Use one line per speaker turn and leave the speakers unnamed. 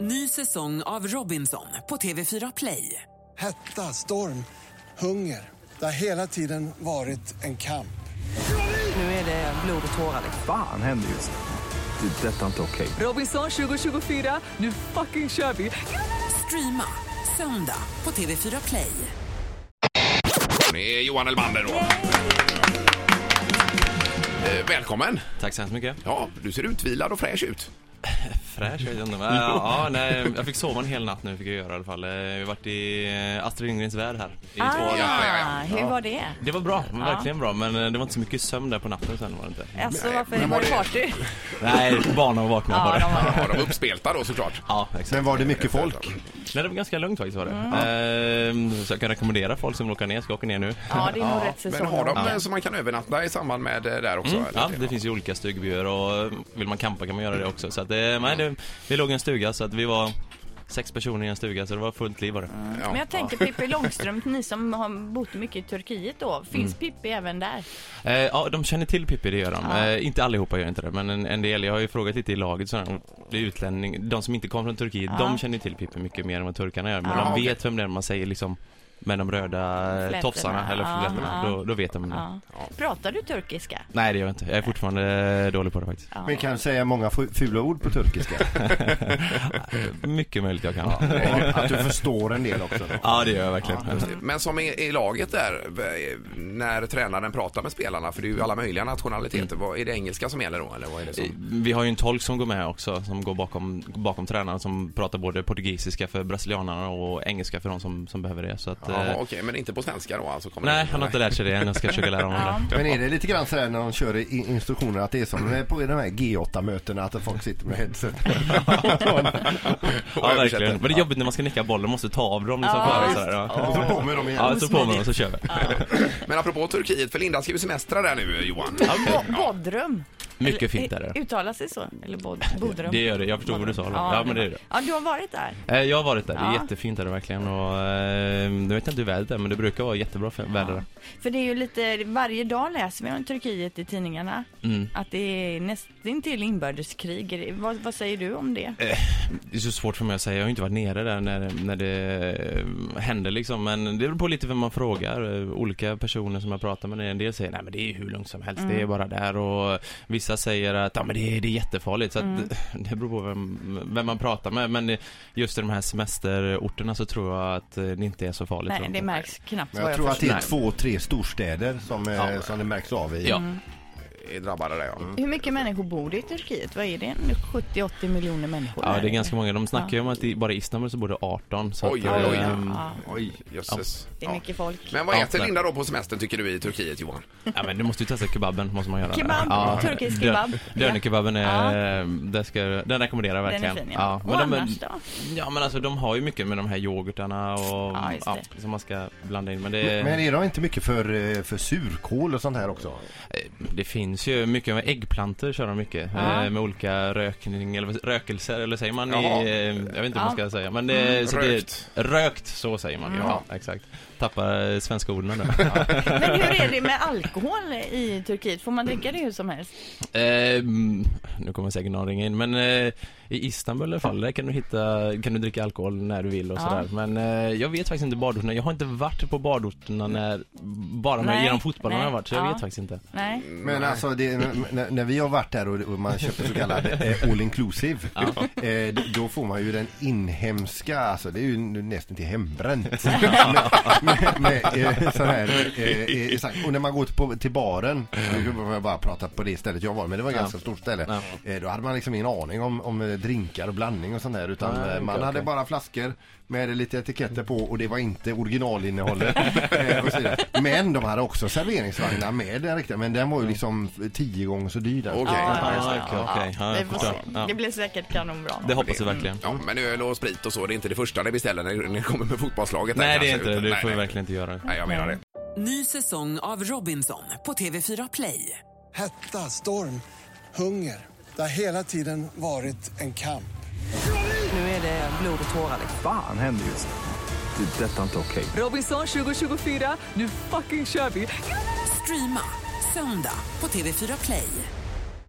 Ny säsong av Robinson på TV4 Play.
Hetta, storm, hunger. Det har hela tiden varit en kamp.
Nu är det blod och tårar. liksom.
Fan händer just nu. Det. är Detta är inte okej.
Robinson 2024, nu fucking kör vi! Streama söndag på TV4 Play.
Det är Johan Elmander då. Eh, Välkommen!
Tack så hemskt mycket.
Ja, du ser utvilad och fräsch ut.
Fräsch vet jag inte. Men, ja, nej, jag fick sova en hel natt nu fick jag göra i alla fall. Eh, Vi har varit i eh, Astrid Lindgrens värld här i två
Ah,
dagar.
ja,
Hur var det?
Det var bra, verkligen bra. Men eh, det var inte så mycket sömn där på natten sen var det inte.
Alltså
Nej,
varför
men
var
var
det
det-
party?
Nej, barnen var vakna
Ja,
bara.
de var
Ja, de är uppspelta då såklart. Eh,
Ja, exakt.
Men var det mycket folk?
Nej, det var ganska lugnt faktiskt var det.
Mm.
Eh, så jag kan rekommendera folk som vill åka ner, ska åka ner nu.
Ja, det är nog rätt
Men
säsong.
har de eh, så man kan övernatta i samband med eh, där också? eller?
Mm. Ja, det finns ju olika stugbyar och eh, vill man campa kan man göra det också. Så att, eh, nej, det, det låg en stuga så att vi var sex personer i en stuga så det var fullt liv var det.
Ja.
Men jag tänker Pippi Långstrump, ni som har bott mycket i Turkiet då,
Mm.
finns Pippi även där?
Eh, ja, de känner till Pippi, det gör de. Eh, inte allihopa gör inte det, men en, en del. Jag har ju frågat lite i laget sådär, och det är utlänning, de som inte kom från Turkiet, de känner ju till Pippi mycket mer än vad turkarna gör. Men
Ja,
de
okej.
vet vem det är man säger liksom med de röda
Flätorna.
Flätorna. tofsarna, eller
Ja,
flätorna.
ja.
Då, då vet de det.
Ja. Pratar du turkiska?
Nej, det gör jag inte. Jag är fortfarande dålig på det faktiskt.
Men kan säga många fu- fula ord på turkiska.
Mycket möjligt jag kan. Ja,
Och att du förstår en del också.
det gör jag verkligen.
Men som i, i laget där, eh, när tränaren pratar med spelarna, för det är ju alla möjliga nationaliteter, vad, är det engelska som gäller då? Eller vad är det som...
Vi har ju en tolk som går med också, som går bakom, bakom tränaren som pratar både portugisiska för brasilianarna och engelska för de som, som behöver det. Så att, eh,
Jaha, Okej, men inte på svenska då? Alltså, kommer
Nej,
det-
han har inte lärt sig det än. Jag ska försöka lära honom det.
Men är det lite grann sådär när de kör i i instruktioner att det är som på de här G8-mötena att folk sitter med headset.
Ja, verkligen. Men det är jobbigt när man ska nicka bollen, måste ta av dem liksom
Ja,
före
visst.
sådär. Ja.
Och så på med dem
Ja,
igen.
så på med dem så kör vi.
Men apropå Turkiet, för Linda ska ju semestra där nu, eh, Johan.
Bo- Bodrum? Eller,
Mycket fint är
eh,
det.
Uttalas det så? Eller bod, Bodrum?
Det gör det. Jag förstod vad du sa.
Ja,
Ja, men det är det.
Ja, du har varit där?
Eh, Jag har varit där, det är
Ja.
jättefint där verkligen och eh, jag vet inte hur vädret är men det brukar vara jättebra fe- väder där.
För det är ju lite, varje dag läser vi om Turkiet i tidningarna.
Mm.
Att det är nästintill inbördeskrig. Är det- Vad, vad säger du om det?
Eh, Det är så svårt för mig att säga, jag har ju inte varit nere där när, när det eh, händer liksom men det beror på lite vem man frågar. Eh, Olika personer som jag pratar med, en del säger nej men det är ju hur lugnt som helst, det är
Mm.
bara där och vissa säger att ja men det är, det är jättefarligt så att
Mm.
det beror på vem, vem man pratar med men eh, just i de här semesterorterna så tror jag att eh, det inte är så farligt.
Nej, det märks knappt
Men
vad
jag tror att det är
Nej.
två, tre storstäder som, eh, som det märks av i.
Ja.
Mm.
Är drabbade där, ja. Mm.
Hur mycket människor bor det i Turkiet? Vad är det? En 70-80 miljoner människor?
Ja,
där,
det är
eller?
ganska många. De snackar ju om att i, bara i Istanbul så bor det 18. Så
Oj,
att,
oj, oj.
ehm,
Ja,
Oj, jösses.
det är mycket folk.
Men vad
Ja,
äter
men-
Linda då på semestern tycker du i Turkiet Johan?
ja, men du måste ju testa kebaben, måste man göra.
Kebab, turkisk kebab.
Dönerkebaben
Ja.
är, det ska, den rekommenderar jag
Den
verkligen.
är fin, ja. Och
men de,
annars då?
Ja, men alltså de har ju mycket med de här yoghurtarna och
Ja,
ja,
just det.
som man ska blanda in. Men det,
Men är det inte mycket för, eh, för surkål och sånt här också?
eh, det finns ju mycket, med äggplanter kör de mycket.
Ja.
Eh, med olika rökning, eller rökelser, eller säger man
Jaha.
i, eh, jag vet inte vad man ska säga. Men det,
Mm,
så rökt.
rökt.
Det, rökt, så säger man. Ja, exakt. Tappar eh, svenska orden nu.
Men hur är det med alkohol i Turkiet? Får man dricka det hur som helst?
Ehm, nu kommer säkert någon ringa in, men eh, i Istanbul i alla fall, där kan du hitta, kan du dricka alkohol när du vill och
Ja.
sådär. Men eh, jag vet faktiskt inte badorterna, jag har inte varit på badorterna när, bara med,
Mm. Nej,
genom fotbollen
nej,
har jag varit, så jag
ja.
vet faktiskt inte.
Nej.
Men alltså det, när, när vi har varit där och, och man köper så kallad eh, all inclusive eh, d- Då får man ju den inhemska, alltså det är ju n- nästan till hembränt med, med, eh, så här, eh, eh, exakt. Och när man går till, på, till baren, nu får jag bara prata på det stället jag var men det var ett ganska stort ställe eh, Då hade man liksom ingen aning om, om eh, drinkar och blandning och sånt där utan
Ah,
eh, man
okej,
hade
okej.
bara flaskor med lite etiketter på och det var inte originalinnehållet. Eh, och så vidare. men de hade också serveringsvagnar med den riktiga, men den var ju liksom tio gånger så dyr den.
Okej.
Ja, just det.
Mm. Ah, okej, okej. Ja,
Ja, vi
jag
får
förstår.
se.
Ja.
Det blir säkert kanonbra.
Det hoppas jag verkligen.
Ja, men öl och sprit och så, det är inte det första ni beställer när ni kommer med fotbollslaget. där
Nej det är
kanske,
inte det,
utan-
det
nej,
får vi
nej.
verkligen inte göra.
Nej, jag menar det.
Ny säsong av Robinson på TV4 Play.
Hetta, storm, hunger. Det har hela tiden varit en kamp.
Nu är det blod och tårar. liksom.
Fan händer just nu. det. är Detta är inte okej.
Robinson 2024, nu fucking kör vi! Streama söndag på TV4 Play.